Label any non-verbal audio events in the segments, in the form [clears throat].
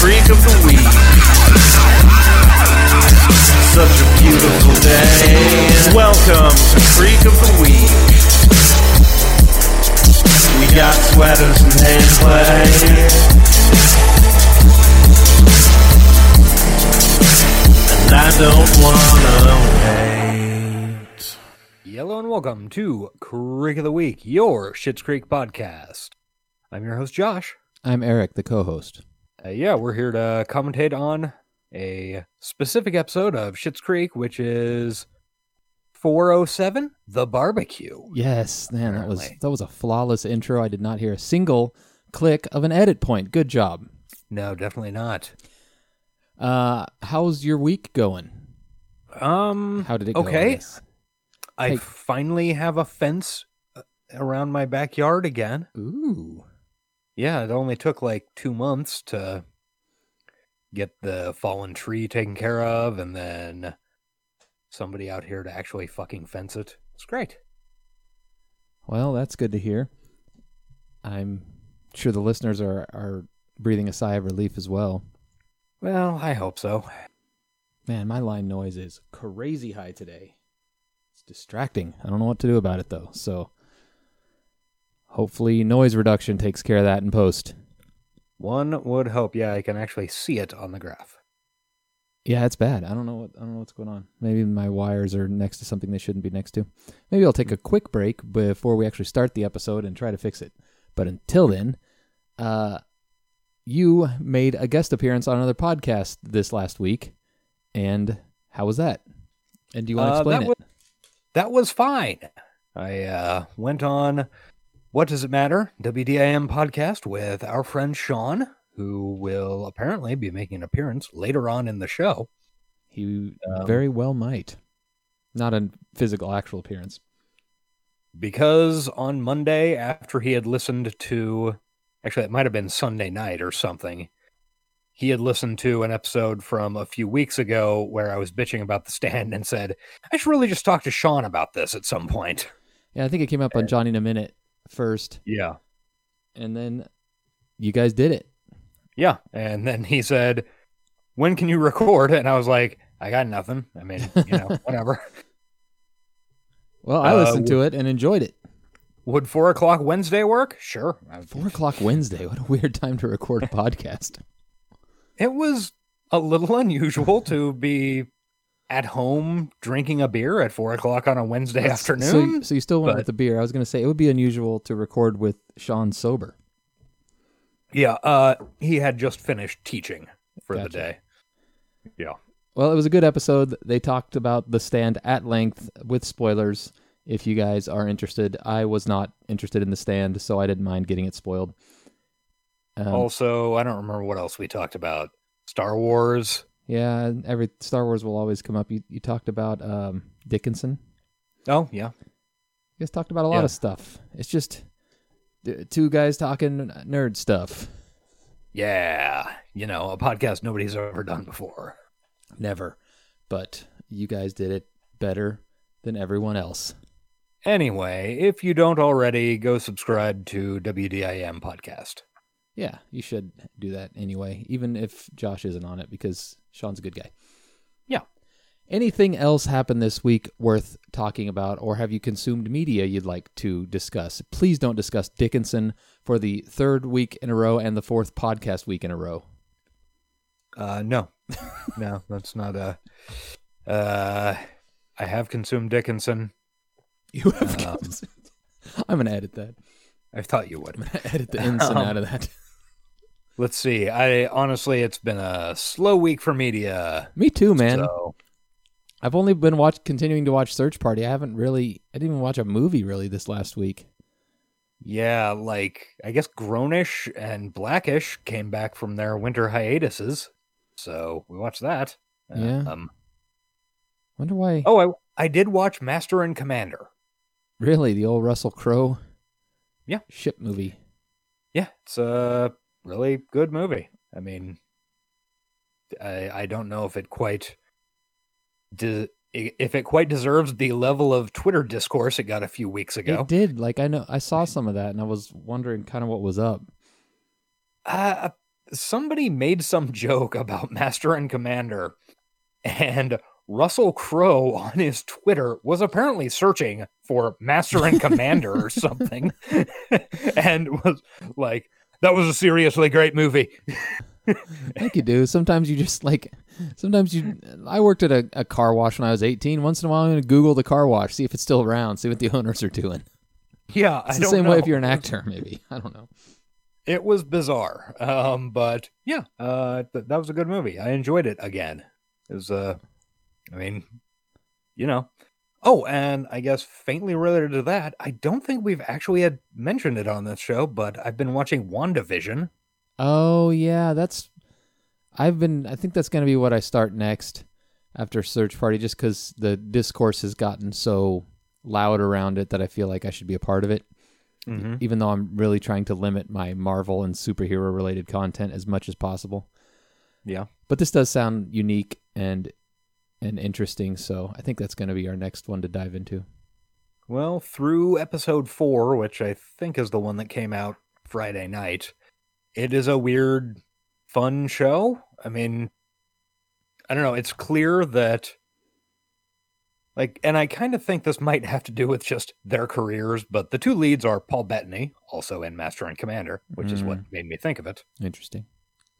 freak of the week. Such a beautiful day. Welcome to Freak of the Week. We got sweaters and hand And I don't wanna wait. Yellow and welcome to Creek of the Week, your Shits Creek podcast. I'm your host Josh. I'm Eric, the co-host. Uh, yeah, we're here to commentate on a specific episode of Shits Creek, which is 407, the barbecue. Yes, man, that was Apparently. that was a flawless intro. I did not hear a single click of an edit point. Good job. No, definitely not. Uh, how's your week going? Um, How did it go? I Okay, guess? I Hey. finally have a fence uh, around my backyard again. Ooh. Yeah, it only took like two months to get the fallen tree taken care of and then somebody out here to actually fucking fence it. It's great. Well, that's good to hear. I'm sure the listeners are are breathing a sigh of relief as well. Well, I hope so. Man, my line noise is crazy high today. It's distracting. I don't know what to do about it though. So hopefully noise reduction takes care of that in post. One would hope. Yeah, I can actually see it on the graph. Yeah, it's bad. I don't know what I don't know what's going on. Maybe my wires are next to something they shouldn't be next to. Maybe I'll take Hmm. a quick break before we actually start the episode and try to fix it. But until then, uh you made a guest appearance on another podcast this last week. And how was that? And do you want to Uh, explain that it? was- that was fine. I uh, went on What Does It Matter? WDIM podcast with our friend Sean, who will apparently be making an appearance later on in the show. He Um, very well might. Not a physical actual appearance. because on Monday, after he had listened to, actually, it might have been Sunday night or something, he had listened to an episode from a few weeks ago where I was bitching about the stand and said, I should really just talk to Sean about this at some point. Yeah, I think it came up on Johnny in a minute first, Yeah. and then you guys did it. Yeah. And then he said, When can you record? And I was like, I got nothing. I mean, you know, whatever. Well, I Uh, listened to it and enjoyed it. Would four o'clock Wednesday work? Sure. I- Four o'clock Wednesday. What a weird time to record a [laughs] podcast. It was a little [laughs] unusual to be at home drinking a beer at four o'clock on a Wednesday So, afternoon. so you still went but- with the beer. I was going to say it would be unusual to record with Sean sober. yeah, uh, he had just finished teaching for the Gotcha. day. Yeah, Well, it was a good episode. They talked about the stand at length with spoilers. If you guys are interested, I was not interested in the stand, so I didn't mind getting it spoiled. Um, Oh. also, I don't remember what else we talked about. Star Wars. Yeah, and every Star Wars will always come up. You you talked about um, Dickinson. Oh yeah, You guys talked about a lot Yeah. of stuff. It's just uh, two guys talking nerd stuff. yeah. You know, a podcast nobody's ever done before. Never, but you guys did it better than everyone else. Anyway, if you don't already, go subscribe to WDIM podcast. Yeah, you should do that anyway, even if Josh isn't on it because Sean's a good guy. Yeah. Anything else happened this week worth talking about, or have you consumed media you'd like to discuss? Please don't discuss Dickinson for the third week in a row and the fourth podcast week in a row. Uh, no, [laughs] no, that's not a. Uh, I have consumed Dickinson. You have. Um, consumed- [laughs] I'm gonna edit that. Um, I thought you would. I'm gonna [laughs] edit the ensign out of that. Let's see. I honestly, it's been a slow week for media. Me too, man. so I've only been watch continuing to watch Search Party. I haven't really. I didn't even watch a movie really this last week. yeah, like I guess Grownish and Blackish came back from their winter hiatuses, so we watched that. Yeah. Um, Wonder why. oh, I I did watch Master and Commander. Really, the old Russell Crowe. Yeah. Ship movie. Yeah, it's a really good movie. I mean, I I don't know if it quite de- if it quite deserves the level of Twitter discourse it got a few weeks ago. It did. [laughs] Like I know I saw some of that and I was wondering kind of what was up. Uh, somebody made some joke about [laughs] Master and Commander, and Russell Crowe on his Twitter was apparently searching for Master and Commander [laughs] or something, [laughs] and was like, "That was a seriously great movie." I think you do. Sometimes you just like, sometimes you. I worked at a, a car wash when I was 18. Once in a while, I'm going to Google the car wash, see if it's still around, see what the [laughs] owners are doing. Yeah, It's I the don't same way if know. you're an actor, maybe. I don't know. It was bizarre, um, but yeah, uh, th- that was a good movie. I enjoyed it again. It was, uh, I mean, you know. Oh, and I guess faintly related to that, I don't think we've actually had mentioned it on this show, but I've been watching WandaVision. Oh yeah, that's. I've been. I think that's going to be what I start next after search party, just because the discourse has gotten so loud around it that I feel like I should be a part of it. Mm-hmm. even though I'm really trying to limit my Marvel and superhero related content as much as possible. Yeah. But this does sound unique and and interesting, so I think that's going to be our next one to dive into. Well, through episode four, which I think is the one that came out Friday night, it is a weird, fun show. I mean, I don't know. It's clear that, like, and I kind of think this might have to do with just their careers, but the two leads are Paul Bettany, also in Master and Commander, which is what made me think of it, Interesting.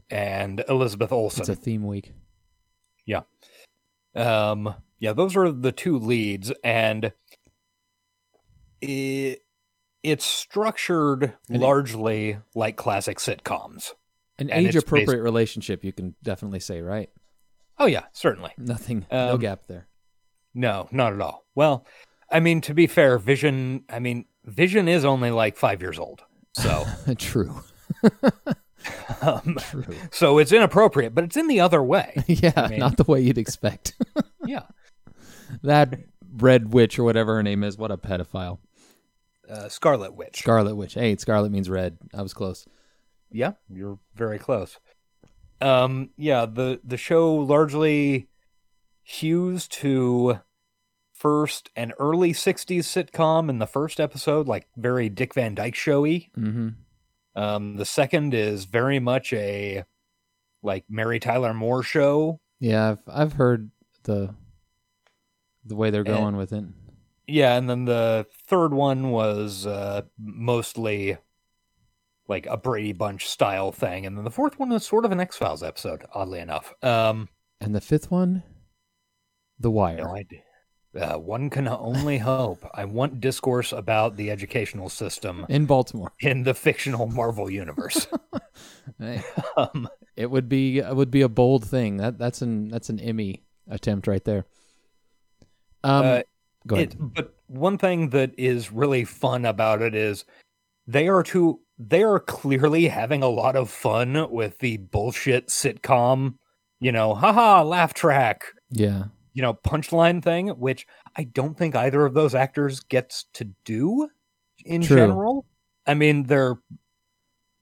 and Elizabeth Olsen. It's a theme week. Um, yeah, those are the two leads, and it, it's structured And it- largely like classic sitcoms. An And age it's appropriate based- relationship, you can definitely say, right? Oh yeah, certainly. Nothing, no Um, gap there. [laughs] No, not at all. Well, I mean, to be fair, Vision. I mean, Vision is only like five years old, so True. um, True. so it's inappropriate, but it's in the other way. [laughs] yeah, mean- not the way you'd [laughs] expect. Yeah. that red witch or whatever her name is, what a pedophile. Uh, Scarlet Witch. Scarlet Witch. Hey, Scarlet means red. I was close. Yeah, you're very close. Um, yeah, the the show largely hews to first an early '60s sitcom in the first episode, like very Dick Van Dyke showy. Mm-hmm. Um, the second is very much a like Mary Tyler Moore show. Yeah, I've I've heard the the way they're And- going with it. Yeah, and then the third one was uh, mostly like a Brady Bunch style thing, and then the fourth one was sort of an X Files episode, oddly enough. Um, And the fifth one, The Wire. No idea. Uh, one can only hope. I want discourse about the educational system in Baltimore. in the fictional Marvel universe. [laughs] [laughs] Hey, um, it would be it would be a bold thing. That that's an that's an Emmy attempt right there. Um, uh, go ahead. it- but one thing that is really fun about it is they are too. They are clearly having a lot of fun with the bullshit sitcom, you know, haha, laugh track, yeah, you know, punchline thing, which I don't think either of those actors gets to do in True. general. I mean, they're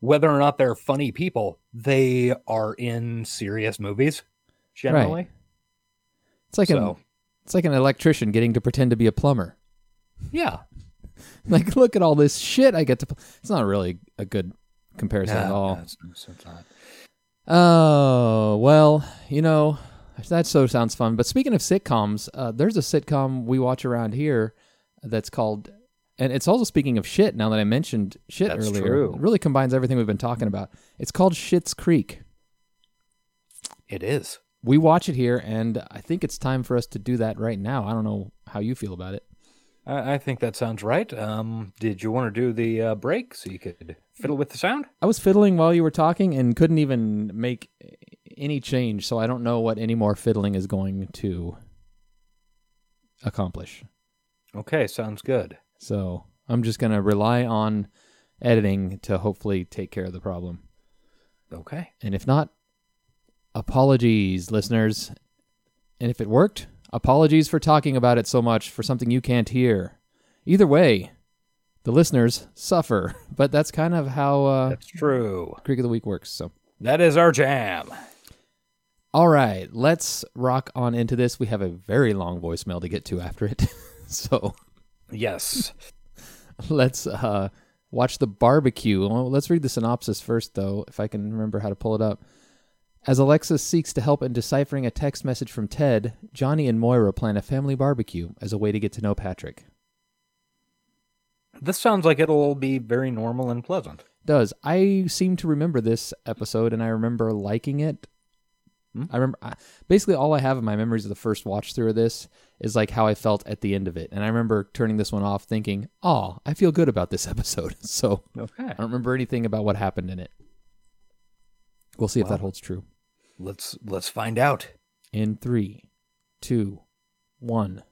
whether or not they're funny people, they are in serious movies generally. it's like so, an it's like an electrician getting to pretend to be a plumber. yeah. [laughs] Like, look at all this shit I get to. Pl- it's not really a good comparison at all. it's- it's- it's not. Oh, well, you know, that so sounds fun. But speaking of sitcoms, uh, there's a sitcom we watch around here that's called, and it's also speaking of shit now that I mentioned shit That's earlier. true. It really combines everything we've been talking about. It's called Shit's Creek. It is. We watch it here, and I think it's time for us to do that right now. I don't know how you feel about it. I, I think that sounds right. Um, did you want to do the uh, break so you could fiddle with the sound? I was fiddling while you were talking and couldn't even make any change, so I don't know what any more fiddling is going to accomplish. Okay, sounds good. So I'm just gonna rely on editing to hopefully take care of the problem. Okay. And if not, apologies, listeners. And if it worked, apologies for talking about it so much for something you can't hear. Either way, the listeners suffer. [laughs] But that's kind of how uh, That's true. Creek of the Week works. So. That is our jam. All right, let's rock on into this. We have a very long voicemail [laughs] to get to after it. so Yes. let's uh Watch the barbecue. Well, let's read the synopsis first, though, if I can remember how to pull it up. As Alexa seeks to help in deciphering a text message from Ted, Johnny and Moira plan a family barbecue as a way to get to know Patrick. This sounds like it'll be very normal and pleasant. Does I seem to remember this episode, and I remember liking it. Hmm? I remember I, basically all I have in my memories of the first watch through of this is like how I felt at the end of it, and I remember turning this one off, thinking, "Oh, I feel good about this [laughs] episode." So Okay. I don't remember anything about what happened in it. We'll see if Wow. that holds true. Let's let's find out. In three, two, one.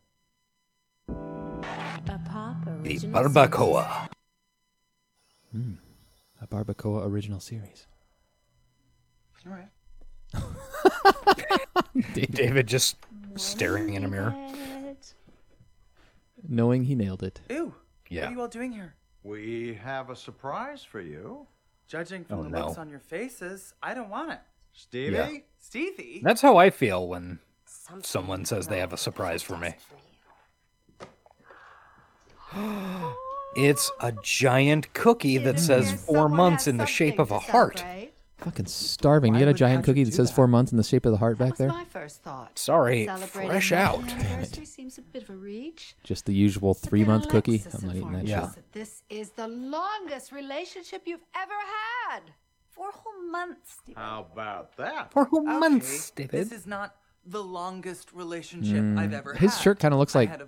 A Pop Original The Series. barbacoa. A barbacoa original series. All right. David, David just staring in a mirror. knowing he nailed it. Ew. What Yeah. are you all doing here? We have a surprise for you. Judging from Oh, the no. looks on your faces, I don't want it. Stevie? Yeah. Stevie? That's how I feel when someone says they have a surprise for me. [gasps] It's a giant cookie that says four months in the shape of a heart. Fucking starving. Why you got a would giant Patrick cookie that do says that? four months in the shape of the heart That back was there. my first thought. Sorry, Celebrating fresh the out. anniversary seems a bit of a reach. Just the usual But three then month cookie. Alexis I'm not eating that informed shit. Yeah. us that This is the longest relationship you've ever had. Four whole months. Steve. How about that? For who Okay, months, David? This is not the longest relationship I've ever His had. shirt kinda looks I like had a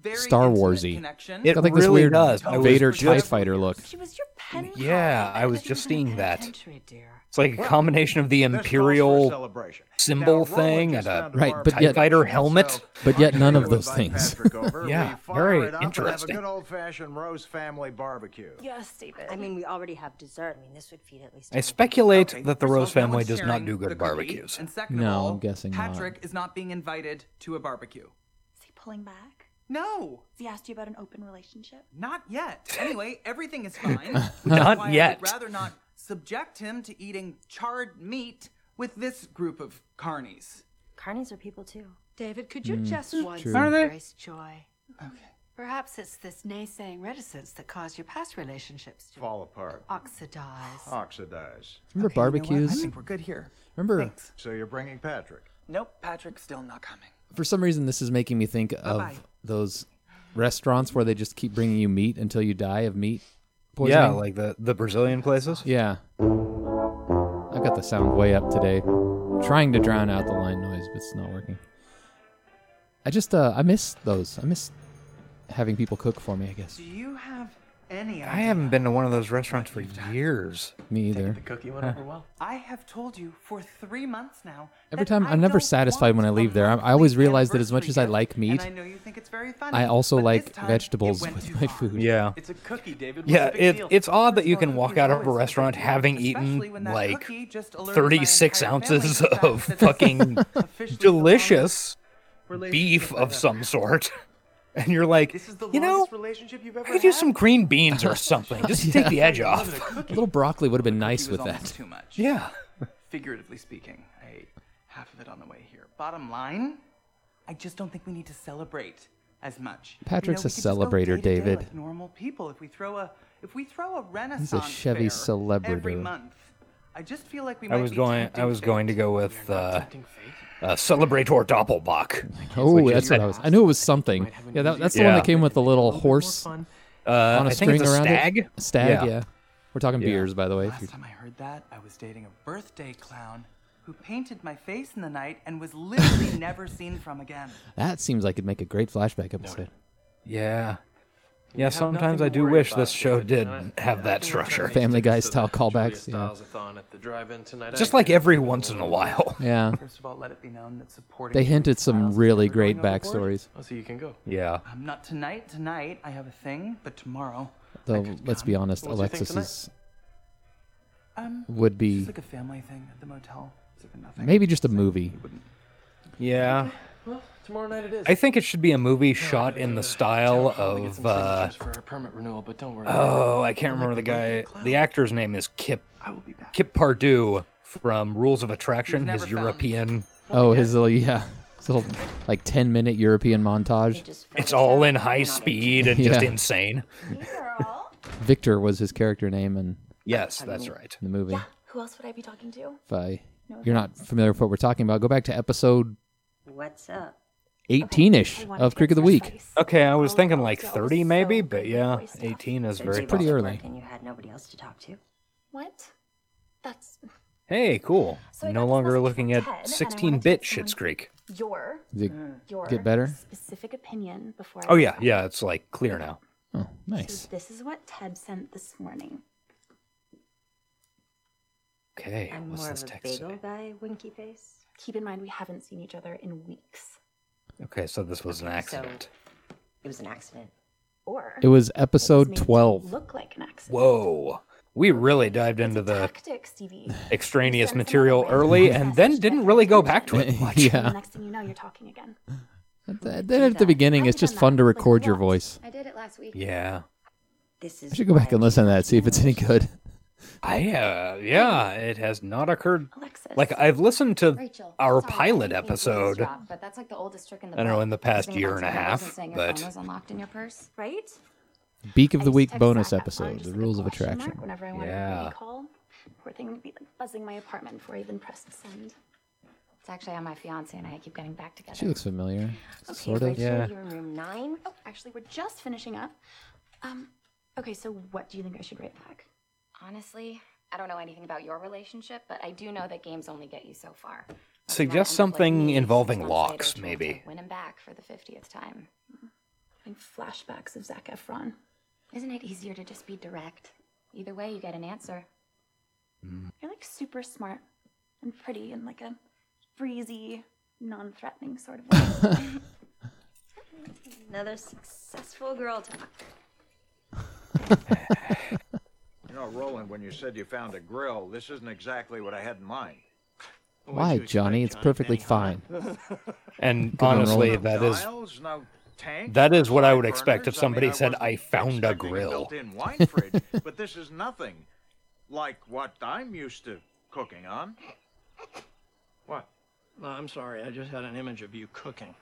very Star intimate Warsy. Connection. It Got like this really weird does. I was Vader just- TIE fighter look. She was your pen. pal. Yeah, I was couldn't just even seeing that. penitentiary, dear. It's like a combination of the This calls for a Imperial. celebration. symbol Roland thing just and a found Right, but barbecue yet- pit, fighter helmet. so But yet I'm none here of to those invite things. Patrick [laughs] over. We Yeah, fire very it up and interesting. Have a good old-fashioned roast family barbecue. Yes, David. I mean, we already have dessert. I mean, this would feed at least. I two speculate Okay, that the first Rose off, no family one's does not sharing do the good cookie, barbecues. And second of No, I'm all, guessing not. Patrick is not being invited to a barbecue. Is he pulling back? No, Has he asked you about an open relationship? not yet. Anyway, everything is [laughs] fine. which is Not why yet. I would rather not subject him to eating charred meat with this group of carnies. Carnies are people too. David, could you just once Mm, true. Are they- embrace joy? Perhaps it's this naysaying reticence that caused your past relationships to Fall apart. oxidize. Oxidize. Remember Okay, you know what? barbecues? I think we're good here. Remember, Thanks. So you're bringing Patrick. Nope, Patrick's still not coming. for some reason, this is making me think of Bye-bye. those restaurants where they just keep bringing you meat until you die of meat poisoning. Yeah, like the, the Brazilian places. Yeah. I've got the sound way up today. Trying to drown out the line noise, but it's not working. I just uh I miss those. I miss having people cook for me, I guess. Do you have any idea? I haven't been to one of those restaurants for years. Me either. I have told you for three months now. Every that time- I I'm never don't satisfied when I want leave a there. I- I monthly always realize that as much as I anniversary like gift, meat, and I know you think it's very funny. I also but like this time, vegetables it went with too my far. food. Yeah. It's a cookie, David. Yeah, What's the big it- deal? it's odd that you Personal can walk cookies out of always a have a restaurant big having deal, eaten, especially when that like, cookie just alerted my 36 entire family ounces to the fact of that this [laughs] is fucking officially the longest delicious beef relationship I've of ever some had. sort. [laughs] And you're like, This is the you know, longest relationship you've ever I could use had? some green beans [laughs] or something. Just to take the edge off. A little broccoli would have been Cookie nice was with almost that. Too much. [laughs] Yeah. Figuratively speaking, I ate half of it on the way here. Bottom line, I just don't think we need to celebrate as much. You know, Patrick's we a could just go celebrator, day to day David. Like normal people, if we throw a if we throw a Renaissance Chevy fair every celebrator. month, I just feel like we. I might was be going. tempting I was fate. going to go with uh, uh, Celebrator Doppelbach. Oh, Which that's is what a- I was. I knew it was something. Yeah, that, that's the one Yeah. that came with the little horse on Uh, a I string think it's a around stag. it. A Stag, yeah. We're talking beers, by the way. if Last you're- time I heard that, I was dating a birthday clown who painted my face in the night and was literally [laughs] never seen [laughs] from again. That seems like it'd make a great flashback episode. Yeah. Yeah, sometimes I do wish this show did have that structure. Family Guy style Julia callbacks. Yeah. Stiles a-thon at the drive-in tonight. Just I like can't every wait. once in a while. Yeah. First of all, let it be known that supporting. They Julia hinted some Stiles is really never great going overboard. backstories. Oh, so you can go. Yeah. Um, not tonight. Tonight I have a thing, but tomorrow. Though, let's be honest, What do you think Alexis tonight? is, Um, would it's be like a family thing at the motel. It's like a nothing. maybe just a movie. Yeah. Well, tomorrow night it is. I think it should be a movie shot in the style of. Uh, for our permit renewal, but don't worry. oh, I can't remember the guy. The actor's name is Kip I will be back. Kip Pardue from Rules of Attraction. He's His never found. European. Oh, his little yeah, his little like ten minute European montage. Just Uh, focus It's all on in high eating on it. speed and just Yeah. insane. Hey, girl. Victor was his character name in Yes, that's right. the movie. Yeah. Who else would I be talking to? If I, No you're not familiar with what we're talking about, go back to episode What's up? 18 I ish wanna of get Creek of the fresh Week. face. Okay, I was Oh, thinking God, like that was 30 so maybe, good but with yeah, my stuff. 18 is So very you lost pretty possible. early. work And you had nobody else to talk to. What? That's Hey, cool. So I got no this longer message looking from at Ted, and I 16 wanted to bit get someone- Shits Creek. your Is it- Hmm. your Get better? specific opinion before. I Oh, yeah, decide. yeah, it's like clear now. Oh, So nice. this is what Ted sent this morning. Okay, I'm what's more this of a text bagel say? guy, winky face. Keep in mind we haven't seen each other in weeks. Okay, so this was an Okay, so- accident. It was an accident. Or It was this episode made it 12. Look like an accident. Whoa. We really dived It's a into the tactic, Stevie. [laughs] Send extraneous someone material away. early and then Message didn't that really go person. back to [laughs] it much. And the yeah. next thing you know, you're talking again. At the, then at the beginning, it's just fun to record your voice. I did it last week. Yeah. This is I should go back and listen to that, see if it's any good. I uh, yeah, it has not occurred. Alexis. Like I've listened to Rachel, our sorry, I pilot didn't mean to episode. eavesdrop, but that's like the oldest trick in the I don't know, book, in the past giving year lots and of a numbers half, saying your but- phone was unlocked in your purse. right? Beak of I the just Week text bonus Zach that phone episode, just The as a Rules of question Attraction. mark Whenever I wanted Yeah. to recall, poor thing would be like buzzing my apartment before I even pressed send. It's actually on my fiance and I keep getting back together. She looks familiar. Okay, Sort of. Rachel, Yeah. you're in room nine. Oh, actually, we're just finishing up. Um, okay, so what do you think I should write back? Honestly, I don't know anything about your relationship, but I do know that games only get you so far. I would Suggest not end up like something me six involving months later locks, trying to maybe. Win him back for the 50th time. Having flashbacks of Zach Efron. Isn't it easier to just be direct? Either way, you get an answer. You're like super smart and pretty and like a breezy, non threatening sort [laughs] of way. Another successful girl talk. You know, Roland, when you said you found a grill, this isn't exactly what I had in mind. Why, Johnny? It's perfectly fine. And one, honestly, Roland. that is Dials, no tank, that is what I side would expect if burners. I mean, somebody said, wasn't "I found a expecting grill." built-in wine fridge, but this is nothing like what I'm used to cooking on. What? I'm sorry. I just had an image of you cooking.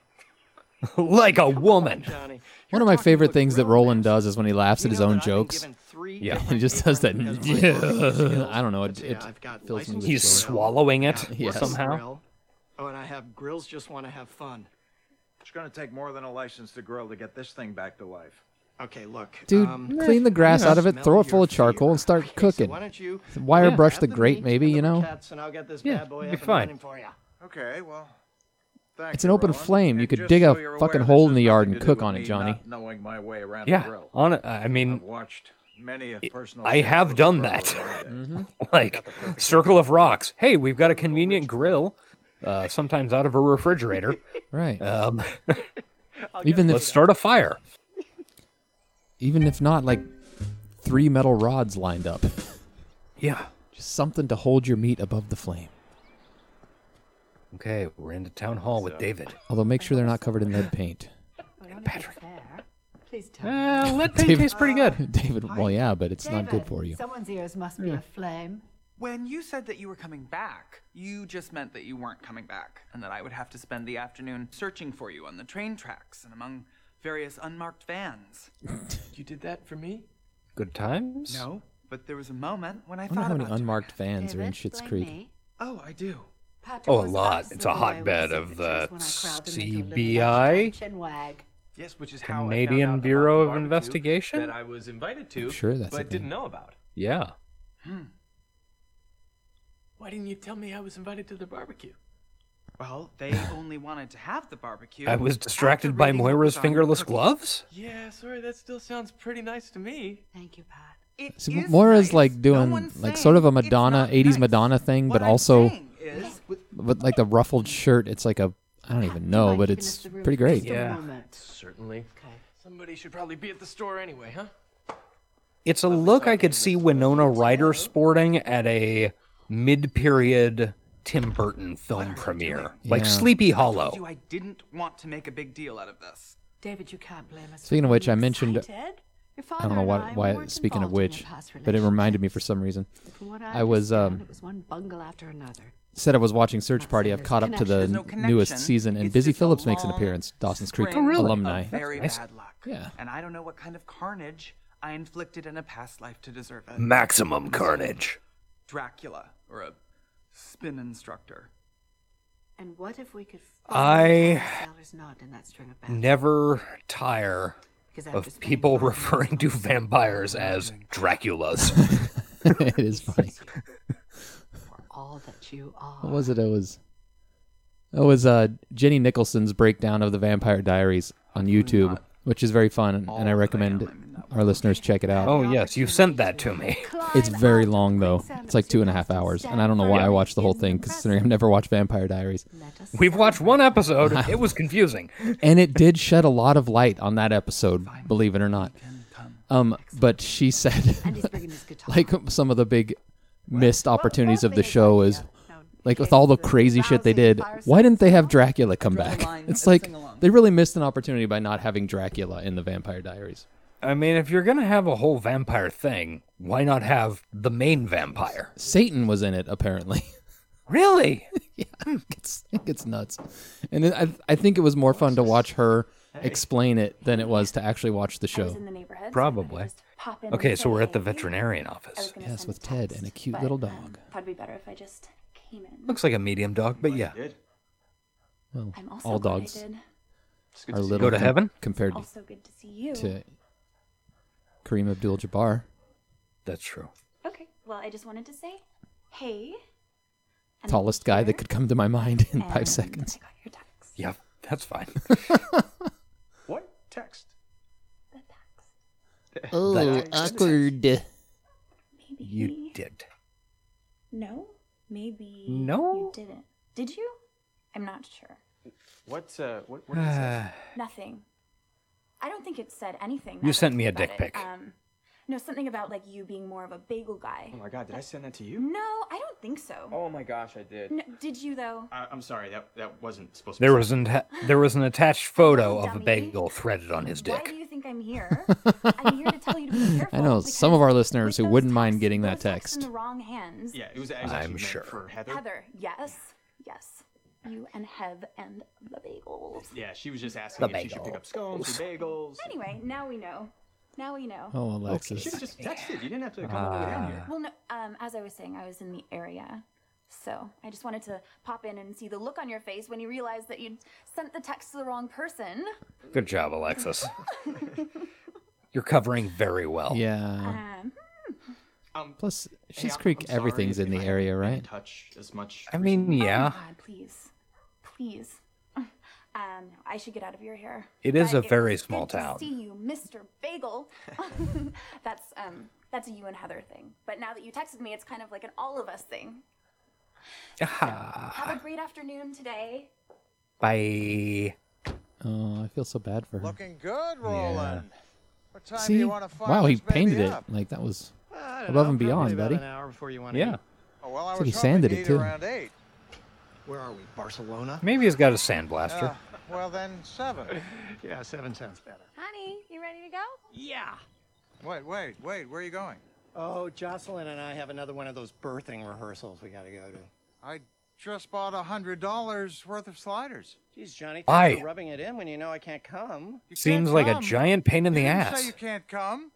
[laughs] like a woman. Johnny. One of my favorite things that Roland does is when he laughs at his own jokes. Yeah. [laughs] [laughs] He just does that. [laughs] Yeah. I don't know. It, it fills me with He's joy. swallowing it Yes. somehow. Oh, and I have grills. Just want to have fun. It's going to take more than a license to grill to get this thing back to life. Okay, look, Dude, Um, clean the grass out of it, smell throw it your full of charcoal, fear. and start Okay, so cooking. why don't you Wire brush have the grate, meat maybe and you the know. briquettes, and I'll get this Yeah, bad boy it'd be up and fine. running for ya. Okay, well. thank It's an you, open Roland. flame. You And could just dig so a you're fucking aware, hole in this has the yard nothing and to do cook on with it, me not Johnny. knowing my way around a Yeah. grill. On it, I mean, [laughs] I've watched many a personal. I have done [laughs] that. Mm-hmm. like circle of rocks. Hey, we've got a convenient grill, uh, sometimes out of a refrigerator. [laughs] Right. Um, even let's if, start a fire. even if not, like three metal rods lined up, Yeah. just something to hold your meat above the flame. Okay, we're into town hall with David. Although, make sure they're not covered in lead [laughs] paint. Patrick. Please tell me. Uh, [laughs] lead paint David- tastes pretty Uh, [laughs] good. David, well, yeah, but it's not good for you. Someone's ears must be aflame. When you said that you were coming back, you just meant that you weren't coming back, and that I would have to spend the afternoon searching for you on the train tracks and among various unmarked vans. You did that for me? Good times. No, but there was a moment when [laughs] I, I thought wonder how many about doing unmarked it. vans are in David, Schitt's blame Creek. me. Oh, I do. Patrick Oh, a was lot. absolutely It's a away with hotbed the of signatures uh, the when I crowd them into a little CBI. attention wag. Yes, which is Canadian how I found out about Bureau the of barbecue Investigation? that I was invited to. I'm sure that's a but thing. didn't know about. Yeah. Hmm. Why didn't you tell me I was invited to the barbecue? Well, [laughs] they only wanted to have the barbecue. I was after distracted by reading what Moira's was on the fingerless cookies. gloves. Yeah, sorry, that still sounds pretty nice to me. Thank you, Pat. It See, is Moira's nice. like No doing one's like sort of a saying it's Madonna, not 80s nice. Madonna thing, What but I'm also saying is, with- with like the ruffled shirt. It's like a, I don't even know, but it's pretty great. Yeah. Certainly. Somebody should probably be at the store anyway, huh? It's a look I could see Winona Ryder sporting at a mid-period Tim Burton film premiere, like Yeah. Sleepy told you Hollow. I didn't want to make a big deal out of this. David, you can't blame us. Speaking for of which, being I mentioned- excited. Your I father don't know and why. we Why weren't speaking of involved in which, your past but it reminded me for relationships. some reason. From what I was, understand, um, it was one bungle after another. Said I was watching Search Party. I've caught up to the There's no n- newest connection. season, and It's Busy just a Phillips makes an long appearance. Dawson's Creek string really? of alumni. Very That's nice. bad luck. Yeah. [laughs] And I don't know what kind of carnage I inflicted in a past life to deserve it. Maximum carnage. Dracula, or a spin instructor. And what if we could I There's not in that string of never tire of people [laughs] referring to vampires as Draculas. [laughs] it is funny. all that you are. What was it? It was. That was uh, Jenny Nicholson's breakdown of the Vampire Diaries on YouTube, which is very fun, and, and I recommend our listeners check it out. Oh yes, you sent that to me. It's very long though. It's like two and a half hours, and I don't know why I watched the whole thing considering I've never watched Vampire Diaries. We've watched one episode. It was confusing. and it did shed a lot of light on that episode, believe it or not. Um, but she said, [laughs] like some of the big missed opportunities of the show is, like with all the crazy shit they did, why didn't they have Dracula come back? It's like they really missed an opportunity by not having Dracula in the Vampire Diaries. I mean, if you're gonna have a whole vampire thing, why not have the main vampire? Satan was in it apparently. [laughs] Really? yeah, it gets, it gets nuts. And then I, I think it was more fun to watch her explain it than it was to actually watch the show. in the neighborhood. Probably. pop in and Okay, so say, we're at the "Hey, veterinarian I was office. gonna Yes, send with a text, Ted and a cute but, little um, dog. Thought it'd be better if I just came in. Looks like a medium dog, but yeah. Well, I'm also all glad I dogs did. good are to see you. little Go to com- heaven? compared Also good to see you. to Kareem Abdul-Jabbar. That's true. Okay. Well, I just wanted to say, hey. and Tallest guy that could come to my mind in five And [laughs] seconds. Yeah, that's fine. [laughs] What text? Oh, That- awkward. Maybe You did. No. Maybe. No? You didn't. Did you? I'm not sure. What, uh, what, what is it? Uh, Nothing. I don't think it said anything. now You that sent I me think a about dick it. pic. Um, no, something about like you being more of a bagel guy. Oh my god, did I send that to you? No, I don't think so. Oh my gosh, I did. Um, No, did you though? I, I'm sorry, that, that wasn't supposed [sighs] to there be. was an there was an attached photo of a bagel threaded on his Why dick. do you think I'm [laughs] here? I'm here to tell you to be careful. I know because some of our listeners who those wouldn't mind texts- getting those that texts text. in the wrong hands. Yeah, it was, it was I'm actually meant sure. for Heather. Heather, yes, yes, you and Hev and the bagels. Yeah, she was just asking The if she should pick up scones or bagels. Anyway, now we know. Now we know. Oh, You should Alexis. have just texted. You didn't have to come Uh, all the way Uh, down here. Well, no. Um, as I was saying, I was in the area, so I just wanted to pop in and see the look on your face when you realized that you'd sent the text to the wrong person. Good job, Alexis. [laughs] You're covering very well. Yeah. Um, Um, Plus, hey, She's I'm- Creek, I'm sorry everything's if in the I area, didn't right? Touch as much. I mean, yeah, God, please, please. [laughs] Um, no, I should get out of your hair. it is a But very was small good to town. see you, Mr. Bagel. [laughs] that's um, that's a you and Heather thing. But now that you texted me, it's kind of like an all of us thing. Ah, Have a great afternoon today. Bye. Oh, I feel so bad for her. Looking good, Roland. What time do See? you want to fire Wow, he this baby painted it. up? Like, that was above I don't know, and probably beyond, about buddy. An hour before you want to Yeah, Oh, well, I So was he hoping sanded to it, eat too. around eight. Where are we? Barcelona? maybe he's got a sandblaster. Uh, well, then seven. Yeah, seven sounds better. Honey, you ready to go? Yeah. Wait, wait, wait. Where are you going? Oh, Jocelyn and I have another one of those birthing rehearsals we got to go to. I just bought a hundred dollars worth of sliders. Geez, Johnny, thanks Why? for rubbing it in when you know I can't come. You Seems can't like a come. giant pain in the you didn't ass. Say you can't come.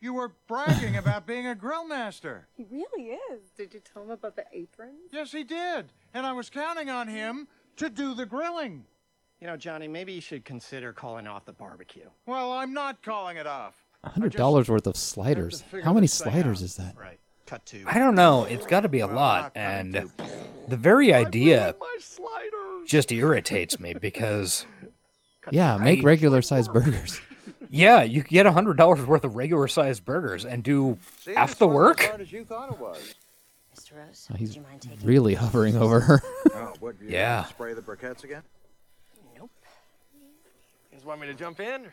You were bragging about being a grill master. He really is. Did you tell him about the aprons? Yes, he did, and I was counting on him to do the grilling. You know, Johnny, maybe you should consider calling off the barbecue. Well, I'm not calling it off. hundred dollars worth of sliders. How many sliders is that? Right. Cut to. I don't know. It's got to be a lot, and the very idea just irritates me because Yeah, make I- regular sized burgers. yeah, you can get a hundred dollars worth of regular sized burgers and do See, half it's the not As work. hard as you thought it was. Mr. Rose, Oh, he's do you mind taking really hovering over her. oh, would you Yeah. spray the briquettes again? You guys want me to jump in?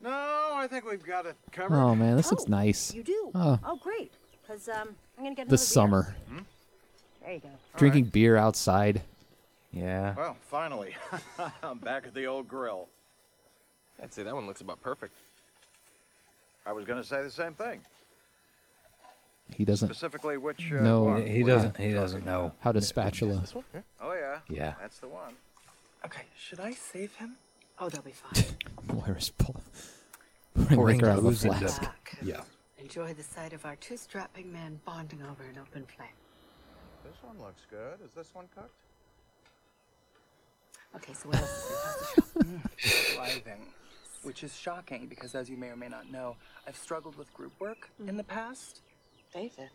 No, I think we've got it covered. Oh man, this looks nice. You do? Oh, Oh, great. Because um, I'm going to get another beer. the summer. There you go. Drinking beer outside. Yeah, Well, finally, [laughs] I'm back at the old grill. That's it. That one looks about perfect. I was going to say the same thing. He doesn't Specifically, which uh, No. one? he doesn't. He doesn't know. how to spatula. This one? Oh yeah. Yeah. That's the one. Okay. Should I save him? [laughs] Oh, they'll be fine. Where is Paul? pouring liquor out of a booze into- flask. Yeah. Enjoy the sight of our two strapping men bonding over an open flame. This one looks good. Is this one cooked? Okay, so what else? Thriving, which is shocking because, as you may or may not know, I've struggled with group work in the past. David,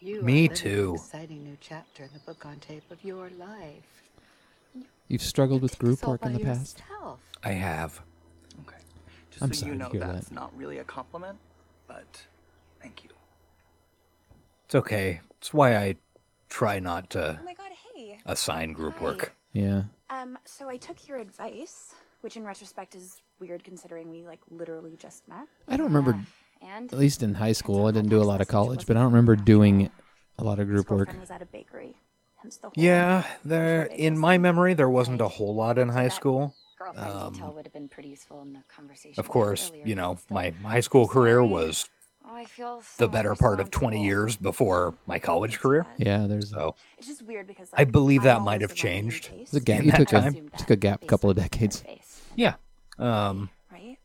you Me are living too. An exciting new chapter in the book on tape of your life. You've struggled with group It's all work in by the past. yourself. I have. Just I'm so sorry you to know, hear that's that. not really a compliment, but thank you. It's okay. It's why I try not to Oh my god, hey. assign group work. Yeah. Um, so I took your advice, which in retrospect is weird considering we like literally just met. I don't remember. And At least in high school, I didn't do a lot of college, but I don't remember doing a lot of group work. was at a bakery. Hence the whole Yeah, there. In my memory, there wasn't a whole lot in high school. Um, Um, girlfriend detail would have been pretty useful in the conversation. Of course, earlier, you but know still. my my high school career was Oh, I feel so the better part of twenty years before my college career. Yeah, there's so It's just weird because I like, believe I'm that always might the have one who changed. pays It's a gap. in You that took a, time. took a gap couple of decades. Yeah. Um, right?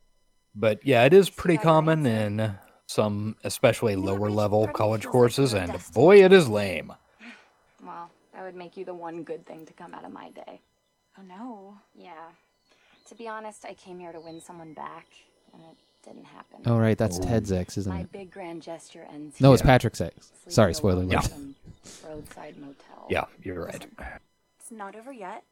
but yeah, it is pretty common in some, especially lower level college courses, and boy, it is lame. Well, that would make you the one good thing to come out of my day. Oh no. Yeah. To be honest, I came here to win someone back, and it didn't happen. Oh, right, that's Ooh. Ted's ex, isn't my it? big grand gesture ends. No, it's here. Patrick's ex. Sleeping Sorry, spoiler alone alert. at some Roadside motel. Yeah, you're right. It's not over yet.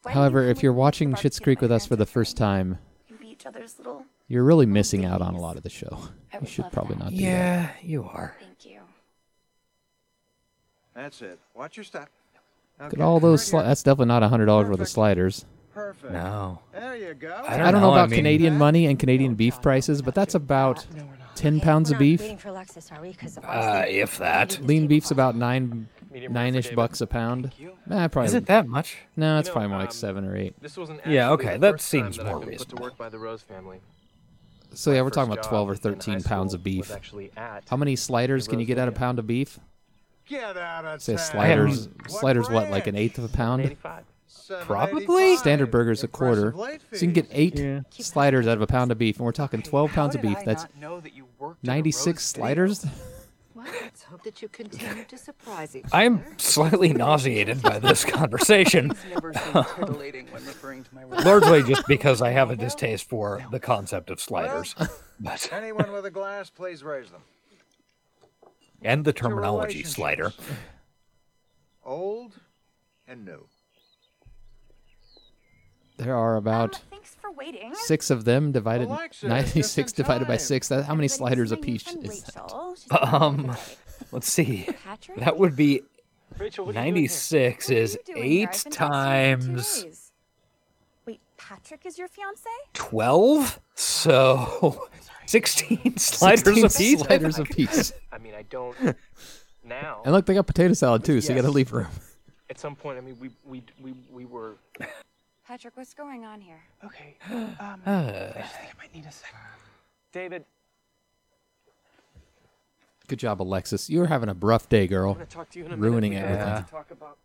Why don't you However, come if with you're me to the watching barbecue Schitt's Creek with us for the first time, and be each other's little? you're really missing out on a lot of the show. I You would should love probably that. not do that. Yeah, you are. Thank you. That's it. Watch your step. Look at all those. Sli- that's definitely not hundred dollars worth of sliders. Perfect. No. There you go. I don't, know, about Canadian money and Canadian beef prices, but that's about ten pounds We're of not beef. waiting for Lexus, are we? Because Uh, if that. Lean beef's about nine, nine-ish bucks a pound. Nah, probably. Is it that much? No, it's probably more like seven or eight. This wasn't Yeah, actually okay, the that first time seems that I've more been Put to work by the Rose family. So yeah, we're talking about job twelve or in high thirteen pounds of school was beef. actually at How many sliders can you get out of a pound of beef? Get out of Say town. sliders. Sliders what, like an eighth of a pound? Probably. Standard burger's a quarter. So you can get eight sliders out of a pound of beef, and we're talking twelve pounds of beef. That's ninety-six [laughs] sliders. Well, let's hope that you continue to surprise each I'm slightly nauseated by this [laughs] conversation. It's never [laughs] so titillating when referring to my Largely just because I have a distaste for the concept of sliders but Anyone with a glass, please raise them. and the terminology slider. Old and new. There are about Um, Thanks for waiting. six of them divided. Alexis, Ninety-six just in divided by time. six. That, how many Everybody's sliders a sending piece friend is that? Rachel. [laughs] She's Um, let's see. Patrick? That would be Rachel, what are you doing here? 96 is doing here? I've eight been texting you for two times days. Wait, Patrick is your fiance? 12, so [laughs] 16 sliders 16 apiece. sliders apiece. I mean, I [laughs] don't now. And look, they got potato salad too, so you got to Yes. leave room. At some point, I mean, we we we we were. Patrick, what's going on here? Okay. Um, Uh. I just think I might need a sec. David, Good job, Alexis. You're having a rough day, girl. I'm gonna talk to you in a minute. Ruining We have a everything. lot to talk about.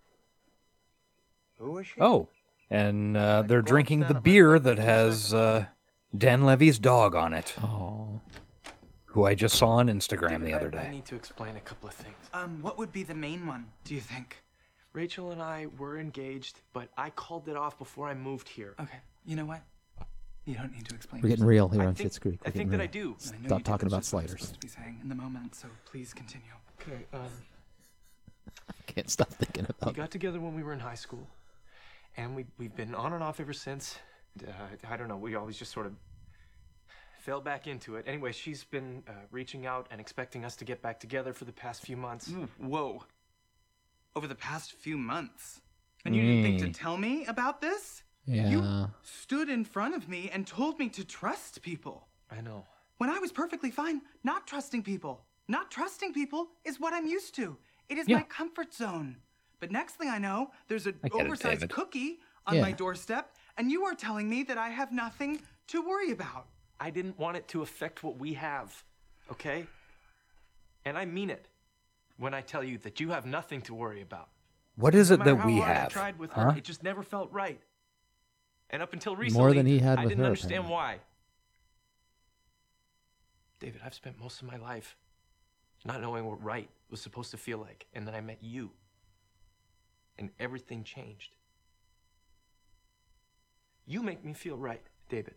Who is she? Oh, and uh, they're drinking the beer that has uh, Dan Levy's dog on it. Oh. Who I just saw on Instagram the other I- I day. need to explain a couple of things. um, what would be the main one, do you think? Rachel and I were engaged, but I called it off before I moved here. Okay. You know what? You don't need to explain. We're getting yourself. real here I on think- Schitt's Creek. I We're think getting that I real. do. I know you Stop do. talking about That's what I'm sliders. [laughs] supposed to be saying in the moment, so please continue. Okay. Um, Can't stop thinking we about. got together when we were in high school, and we we've been on and off ever since. Uh, I don't know. We always just sort of fell back into it. Anyway, she's been uh, reaching out and expecting us to get back together for the past few months. Ooh, Mm, whoa. Over the past few months. And you didn't think to Mm. tell me about this? Yeah. Stood in front of me and told me to trust people. I know. When I was perfectly fine not trusting people. Not trusting people is what I'm used to. It is Yeah. my comfort zone. But next thing I know, there's an I get it, oversized David. cookie on Yeah. my doorstep, and you are telling me that I have nothing to worry about. I didn't want it to affect what we have, okay? And I mean it when I tell you that you have nothing to worry about. What is No it matter that how we hard I have? tried with Huh? her, it just never felt right. And up until recently, More than he had I with didn't her, understand why. David, I've spent most of my life not knowing what right was supposed to feel like, and then I met you, and everything changed. You make me feel right, David.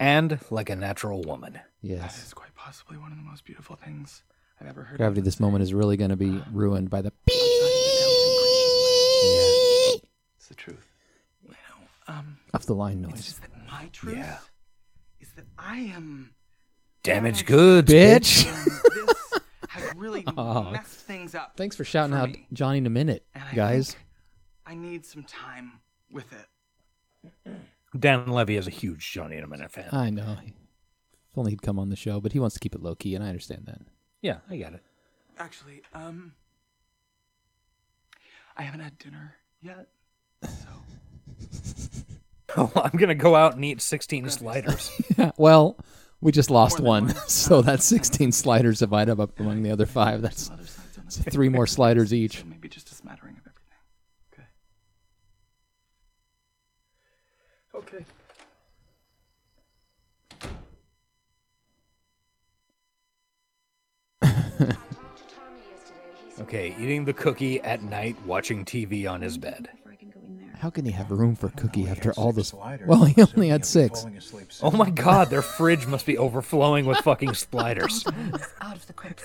And like a natural woman. Yes. That is quite possibly one of the most beautiful things I've ever heard. Gravity, this moment is really going to be ruined by the beep. It's the truth. You know, um, Off the line It's noise. just that my truth is that I am Damaged goods, bitch. and [laughs] this has really Aw. messed things up. Thanks for shouting for out me. Johnny in a minute, And I guys. I need some time with it. Dan Levy is a huge Johnny in a Minute fan. Uh. I know. If only he'd come on the show, but he wants to keep it low key, and I understand that. yeah, I got it. [laughs] Actually, um, I haven't had dinner yet. Oh, I'm gonna go out and eat 16 sliders. [laughs] Yeah, [laughs] well, we just lost one, [laughs] so that's 16 sliders divided up among the other five. That's [laughs] that's three more sliders each. Maybe just a smattering of everything. Okay. Okay, eating the cookie at night, watching TV on his bed. How can he have room for cookie after all this? Well, he only had six. [laughs] [laughs] Oh my god, their fridge must be overflowing with fucking sliders.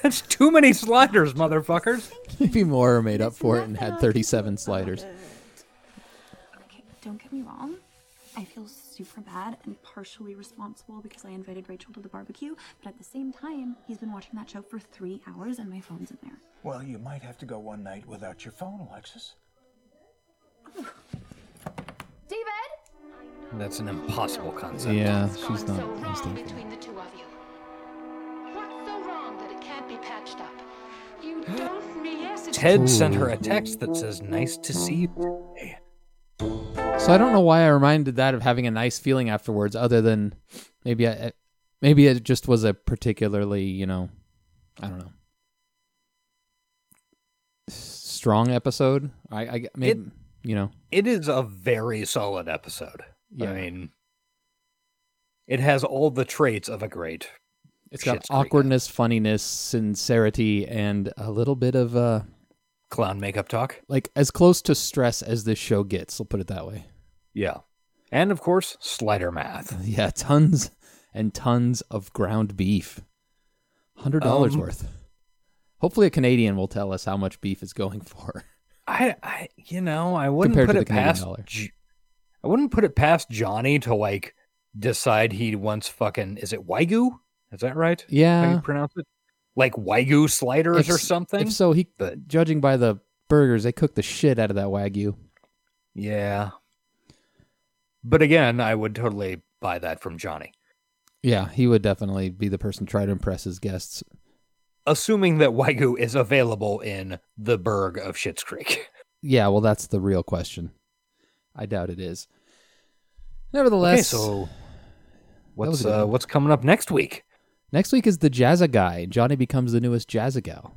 That's too many sliders, motherfuckers. Maybe Moira made up for it and had 37 sliders. Don't get me wrong. I feel super bad and partially responsible because I invited Rachel to the barbecue, but at the same time, he's been watching that show for three hours and my phone's in there. Well, you might have to go one night without your phone, Alexis. David! That's an impossible concept. Yeah, she's not. What's wrong between the two of you? What's so wrong that it can't be patched up? [gasps] You don't mean yes. it's- Ted sent her a text that says, Nice to see you. So I don't know why I reminded that of having a nice feeling afterwards, other than maybe I, maybe it just was a particularly, you know, I don't know, s- strong episode. I, I maybe It- you know, It is a very solid episode. Yeah. I mean, it has all the traits of a great. it's got Schitt's Creek. awkwardness, funniness, sincerity, and a little bit of uh, clown makeup talk. Like as close to stress as this show gets. I'll put it that way. Yeah. And of course, slider math. Yeah, tons and tons of ground beef. Hundred dollars Um, worth. Hopefully, a Canadian will tell us how much beef is going [laughs] for. I, I you know, I wouldn't Compared put to the it Canadian past. dollar. J- I wouldn't put it past Johnny to like decide he wants fucking. Is it wagyu? Is that right? How Yeah. you pronounce it? Like wagyu sliders If or s- something. If so, he But- judging by the burgers, they cook the shit out of that wagyu. Yeah. But again, I would totally buy that from Johnny, Yeah, he would definitely be the person to try to impress his guests. assuming that wagyu is available in the burg of Schitt's Creek. Yeah, well, that's the real question. I doubt it is. Nevertheless, so was what's a good uh, one. what's coming up next week? next week is the Jazza guy. Johnny becomes the newest Jazza gal.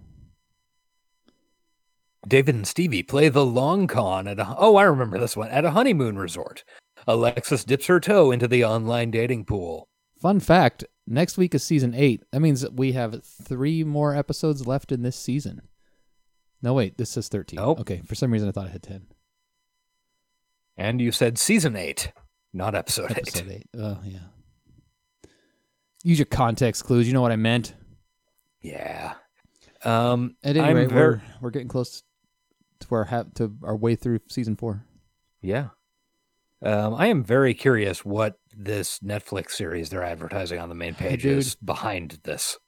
David and Stevie play the long con at a, oh, I remember this one at a honeymoon resort. Alexis dips her toe into the online dating pool. Fun fact: next week is season eight. That means that we have three more episodes left in this season. No, wait, this is thirteen. Oh. Okay, for some reason I thought I had ten. And you said season eight, not episode, Episode eight. Oh yeah. Use your context clues. You know what I meant. Yeah. Um. At any rate, I'm very, we're, we're getting close to our ha- to our way through season four. Yeah. Um, I am very curious what this Netflix series they're advertising on the main page dude. is behind this.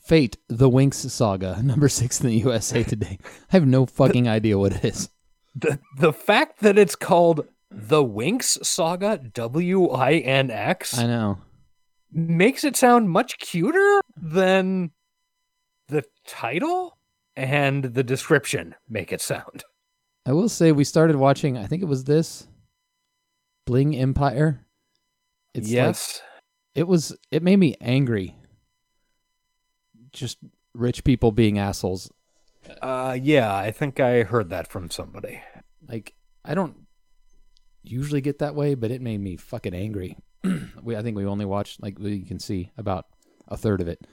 Fate: The Winx Saga, [laughs] number six in the [laughs] USA Today. I have no fucking idea what it is. The the fact that it's called the Winx Saga W I N X I know. makes it sound much cuter than the title and the description make it sound. I will say we started watching. I think it was this Bling Empire. like- Yes. it was. It made me angry. Just rich people being assholes. Uh, yeah, I think I heard that from somebody. Like I don't usually get that way, but it made me fucking angry. [clears throat] we I think we only watched like you can see about a third of it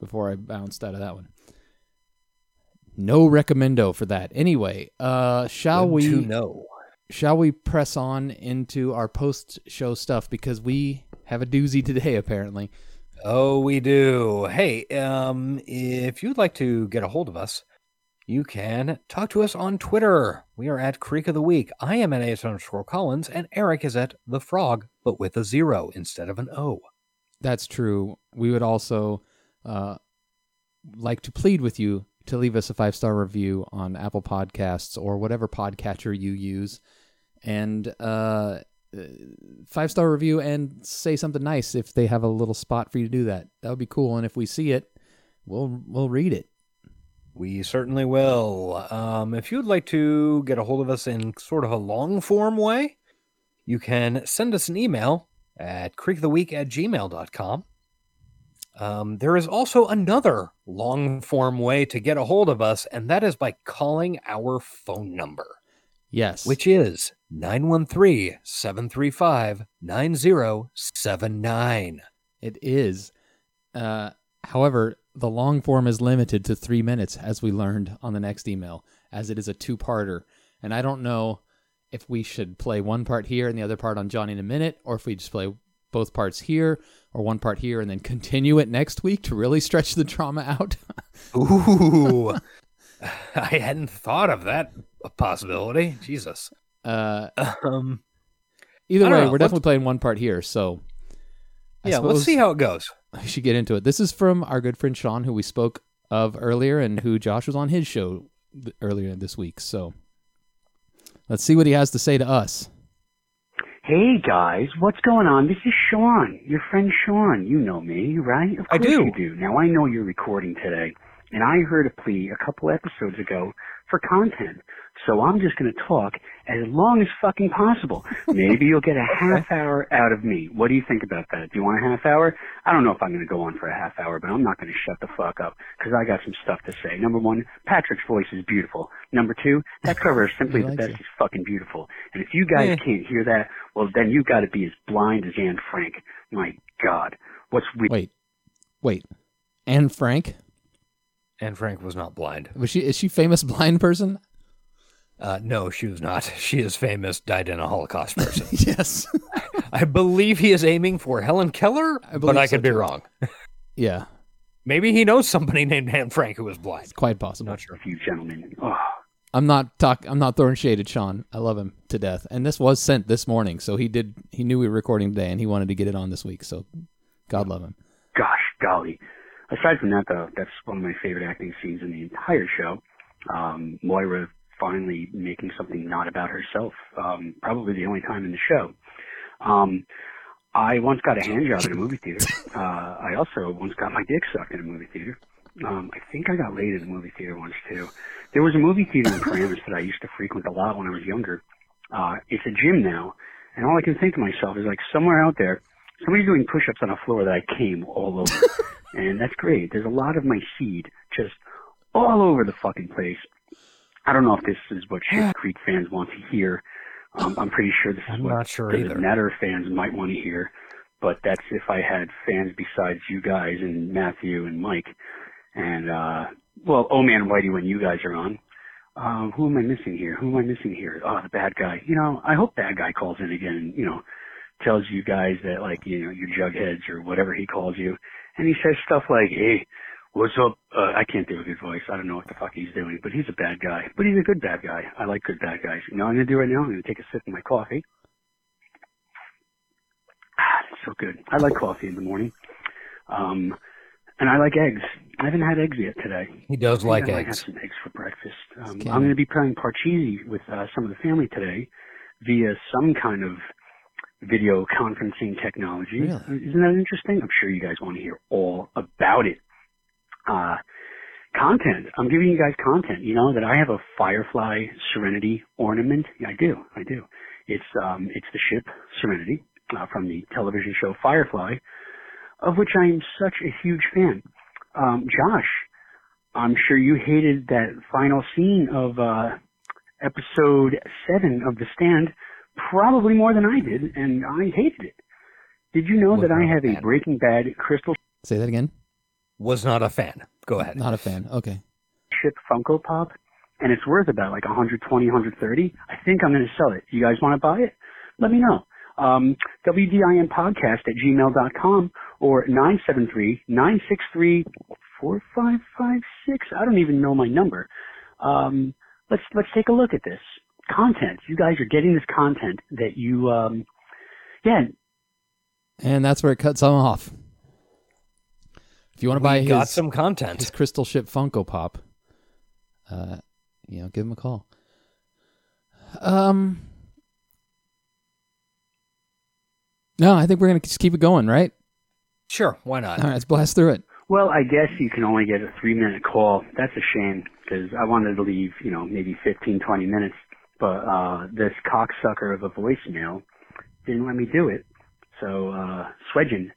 before I bounced out of that one. No recommendo for that. Anyway, uh shall Good we to know. Shall we press on into our post show stuff because we have a doozy today [laughs] apparently. Oh, we do. Hey, um, if you'd like to get a hold of us, you can talk to us on Twitter. We are at Creek of the Week. I am at AS underscore Collins, and Eric is at The Frog, but with a zero instead of an O. That's true. We would also uh, like to plead with you to leave us a five star review on Apple Podcasts or whatever podcatcher you use, and uh, five star review and say something nice if they have a little spot for you to do that. That would be cool. And if we see it, we'll we'll read it. We certainly will. Um, if you'd like to get a hold of us in sort of a long form way, you can send us an email at creekoftheweek at gmail.com. Um, there is also another long form way to get a hold of us, and that is by calling our phone number. Yes. Which is 913 735 9079. It is. Uh, however, the long form is limited to three minutes, as we learned on the next email, as it is a two parter. And I don't know if we should play one part here and the other part on Johnny in a minute, or if we just play both parts here or one part here and then continue it next week to really stretch the drama out. [laughs] Ooh. [laughs] I hadn't thought of that possibility. Jesus. Uh, um, Either I way, don't know. we're Let's- definitely playing one part here, so Yeah, let's see how it goes. [laughs] I should get into it. This is from our good friend Sean, who we spoke of earlier, and who Josh was on his show th- earlier this week. So let's see what he has to say to us. Hey guys, what's going on? This is Sean, your friend Sean. You know me, right? Of course I do. you do. Now I know you're recording today, and I heard a plea a couple episodes ago for content. So I'm just going to talk as long as fucking possible. Maybe you'll get a half hour out of me. What do you think about that? Do you want a half hour? I don't know if I'm going to go on for a half hour, but I'm not going to shut the fuck up because I got some stuff to say. Number one, Patrick's voice is beautiful. Number two, that cover is simply the like best it. is fucking beautiful. And if you guys Yeah. can't hear that, well then you got to be as blind as Anne Frank. My God, what's we? Wait, wait, Anne Frank And Frank was not blind. was she? Is she famous blind person? Uh, no, she was not. [laughs] She is famous, died in a [laughs] Holocaust person. yes. I believe he is aiming for Helen Keller, but believe I so, could be too. wrong. Yeah, Maybe he knows somebody [laughs] named Anne Frank who was blind. It's quite possible. Not sure. You gentlemen. Oh, I'm not talk. I'm not throwing shade at Sean. I love him to death. And this was sent this morning, so he did. He knew we were recording today, and he wanted to get it on this week. So, God love him. gosh, golly. Aside from that, though, that's one of my favorite acting scenes in the entire show. Um, Moira finally making something not about herself. Um, probably the only time in the show. Um, I once got a hand job in a movie theater. Uh, I also once got my dick sucked in a movie theater. Um, I think I got laid in a movie theater once too. There was a movie theater in Paramus that I used to frequent a lot when I was younger. Uh, it's a gym now, and all I can think to myself is like somewhere out there, somebody's doing push-ups on a floor that I came all over, and that's great. There's a lot of my seed just all over the fucking place. I don't know if this is what Shit Creek fans want to hear. Um, I'm pretty sure this is I'm what not sure the either. Netter fans might want to hear, but that's if I had fans besides you guys and Matthew and Mike and uh well, Oh Man Whitey when you guys are on. Um, who am I missing here? Who am I missing here? Oh, the bad guy. You know, I hope bad guy calls in again and, you know, tells you guys that like, you know, you're jugheads or whatever he calls you. And he says stuff like, Hey, what's up? Uh, I can't do a good voice. I don't know what the fuck he's doing, but he's a bad guy. But he's a good bad guy. I like good bad guys. You know what I'm gonna do right now? I'm gonna take a sip of my coffee. [sighs] Ah, it's so good. I like coffee in the morning. Um and I like eggs. I haven't had eggs yet today. He does I like think I might eggs. have some eggs for breakfast. Um, It's I'm canon. going to be playing Parcheesi with uh, some of the family today via some kind of video conferencing technology. Really? Uh, Isn't that interesting? I'm sure you guys want to hear all about it. Uh, content. I'm giving you guys content. You know that I have a Firefly Serenity ornament. Yeah, I do. I do. It's um, it's the ship Serenity uh, from the television show Firefly, of which I am such a huge fan. Um, Josh, I'm sure you hated that final scene of uh, episode seven of The Stand probably more than I did, and I hated it. Did you know Was that I not have a bad. Breaking Bad Crystal Say that again. Was not a fan. Go ahead. Not a fan. Okay. Ship Funko Pop? And it's worth about like 120, 130. I think I'm going to sell it. You guys want to buy it? Let me know. Um, WDINpodcast at gmail dot com or 973 963 4556. I don't even know my number. Um, let's, let's take a look at this. Content. You guys are getting this content that you, um, yeah, And that's where it cuts some off. If you want to We buy got his, some content. his Crystal Ship Funko Pop, uh, you know, give him a call. Um, no, I think we're gonna just keep it going, right? Sure, why not? All right, let's blast through it. Well, I guess you can only get a three minute call. That's a shame because I wanted to leave, you know, maybe 15, 20 minutes, but, uh, this cocksucker of a voicemail didn't let me do it. So, uh, Swedgen,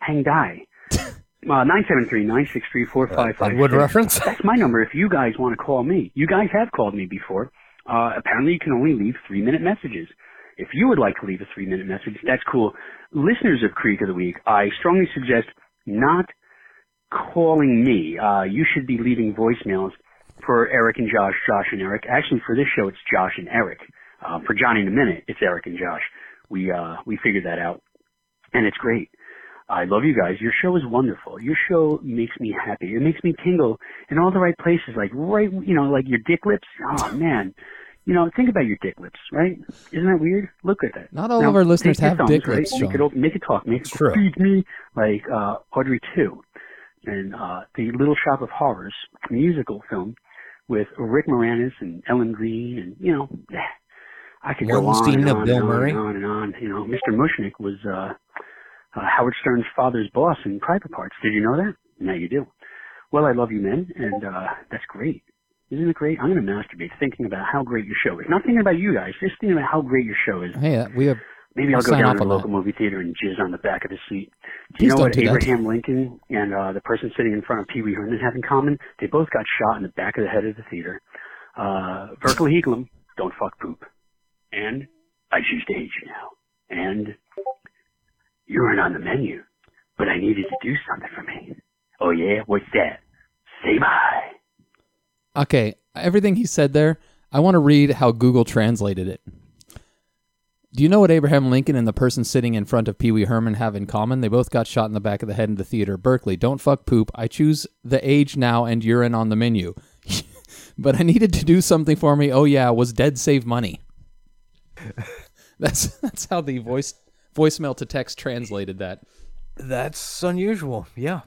hang [laughs] die. Uh, 973-963-4556. Uh, Wood reference? That's my number if you guys want to call me. You guys have called me before. Uh, apparently you can only leave three minute messages. If you would like to leave a three minute message, that's cool. Listeners of Creek of the Week, I strongly suggest not calling me. Uh, you should be leaving voicemails for Eric and Josh, Josh and Eric. Actually, for this show, it's Josh and Eric. Uh, for Johnny in a minute, it's Eric and Josh. We uh, we figured that out, and it's great. I love you guys. Your show is wonderful. Your show makes me happy. It makes me tingle in all the right places, like right, you know, like your dick lips. Oh man, you know, think about your dick lips, right? Isn't that weird? Look at that. Not all Now, of our listeners take your have thumbs, dick right? lips, Make Sean. it open, make it talk, make it true. feed me like uh, Audrey too, and uh, the Little Shop of Horrors musical film with Rick Moranis and Ellen Green, and you know, [sighs] I could go on Morgenstein and of on, Bill and on Murray. and on and on. You know, Mr. Mushnick was uh, uh, Howard Stern's father's boss in Private Parts. Did you know that? Now you do. Well, I love you, men, and uh, that's great. Isn't it great? I'm going to masturbate thinking about how great your show is. Not thinking about you guys, just thinking about how great your show is. Hey, uh, we have. Maybe we'll I'll go sign down off to the on local movie theater and jizz on the back of his seat. Do Please you know don't what do that. Abraham Lincoln and uh, the person sitting in front of Pee Wee Herman have in common? They both got shot in the back of the head of the theater. Uh, Verkel Heglum, don't fuck poop. And I choose to hate you now. And you weren't on the menu, but I needed to do something for me. Oh yeah, what's that? Say bye. that. Okay, everything he said there, I want to read how Google translated it. Do you know what Abraham Lincoln and the person sitting in front of Pee Wee Herman have in common? They both got shot in the back of the head in the theater. Berkeley, don't fuck poop. I choose the age now and urine on the menu. [laughs] but I needed to do something for me. Oh yeah, was dead save money. [laughs] that's that's how the voice voicemail to text translated that. That's unusual. Yeah.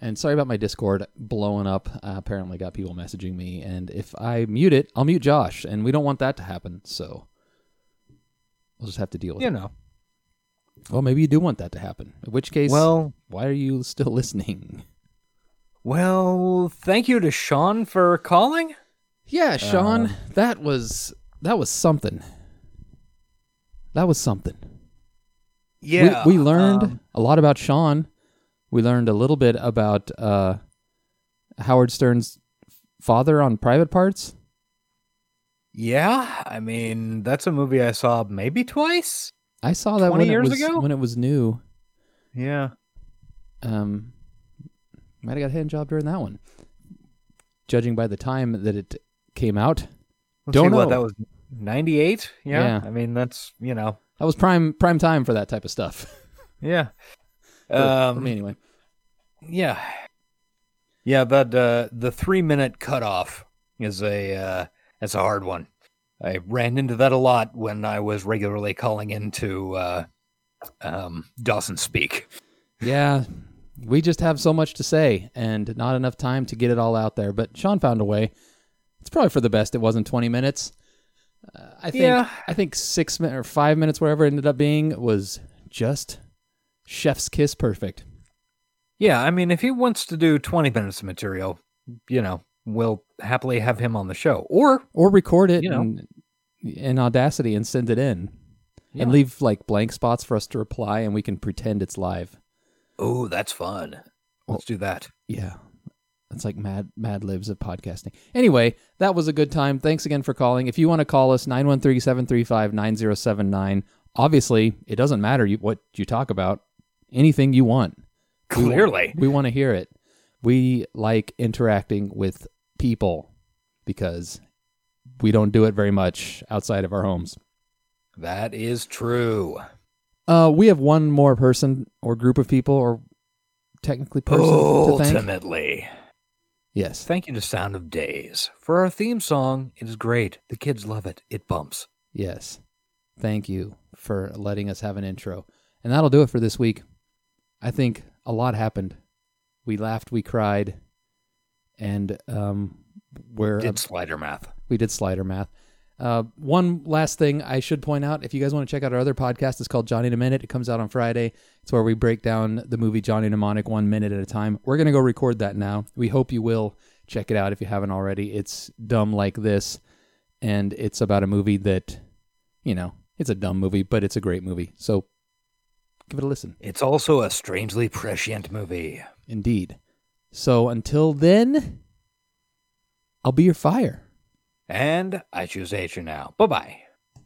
And sorry about my Discord blowing up. I apparently got people messaging me, and if I mute it, I'll mute Josh, and we don't want that to happen. So we'll just have to deal with You it. know. Well, maybe you do want that to happen. In which case, Well- why are you still [laughs] listening? Well, thank you to Sean for calling. Yeah, Sean, that was that was something. That was something. We- Yeah. we, learned um, a lot about Sean. We learned a little bit about uh, Howard Stern's father on Private Parts. yeah. I mean, that's a movie I saw maybe twice. I saw that 20 when years it was ago? when it was new. Yeah. Um, might have got a hand job during that one. Judging by the time that it came out, Let's don't see know what that was 98. Yeah. Yeah. I mean, that's, you know, That was prime prime time for that type of stuff. [laughs] yeah. For- um, for me anyway. Yeah. Yeah, that uh the 3 minute cutoff is a uh that's a hard one. I ran into that a lot when I was regularly calling into uh um Dawson Speak. Yeah, we just have so much to say and not enough time to get it all out there. But Sean found a way. It's probably for the best. It wasn't 20 minutes. Uh, I think Yeah. I think six minutes or five minutes, whatever it ended up being, was just chef's kiss perfect. Yeah, I mean if he wants to do 20 minutes of material, you know, we'll happily have him on the show or Or record it You know. in, in Audacity and send it in, Yeah. and leave like blank spots for us to reply, and we can pretend it's live. oh, that's fun. Let's do that. Yeah. It's like mad mad libs of podcasting. Anyway, that was a good time. Thanks again for calling. If you want to call us, 913-735-9079. Obviously, it doesn't matter you, what you talk about. anything you want. We want- Clearly. we want to hear it. We like interacting with people because we don't do it very much outside of our homes. That is true. Uh, we have one more person or group of people or technically person Oh, to thank. Ultimately. Yes. Thank you to Sound of Days for our theme song. It is great. The kids love it. It bumps. Yes. Thank you for letting us have an intro. And that'll do it for this week. I think a lot happened. We laughed, we cried, and um, we're Did slider math. We did slider math. Uh, one last thing I should point out: if you guys want to check out our other podcast, it's called Johnny in a Minute. It comes out on Friday. It's where we break down the movie Johnny Mnemonic one minute at a time. We're gonna go record that now. We hope you will check it out if you haven't already. It's dumb like this, and it's about a movie that, you know, it's a dumb movie, but it's a great movie. So give it a listen. It's also a strangely prescient movie. Indeed. So until then, I'll be your fire. And I choose Nature now. Bye bye.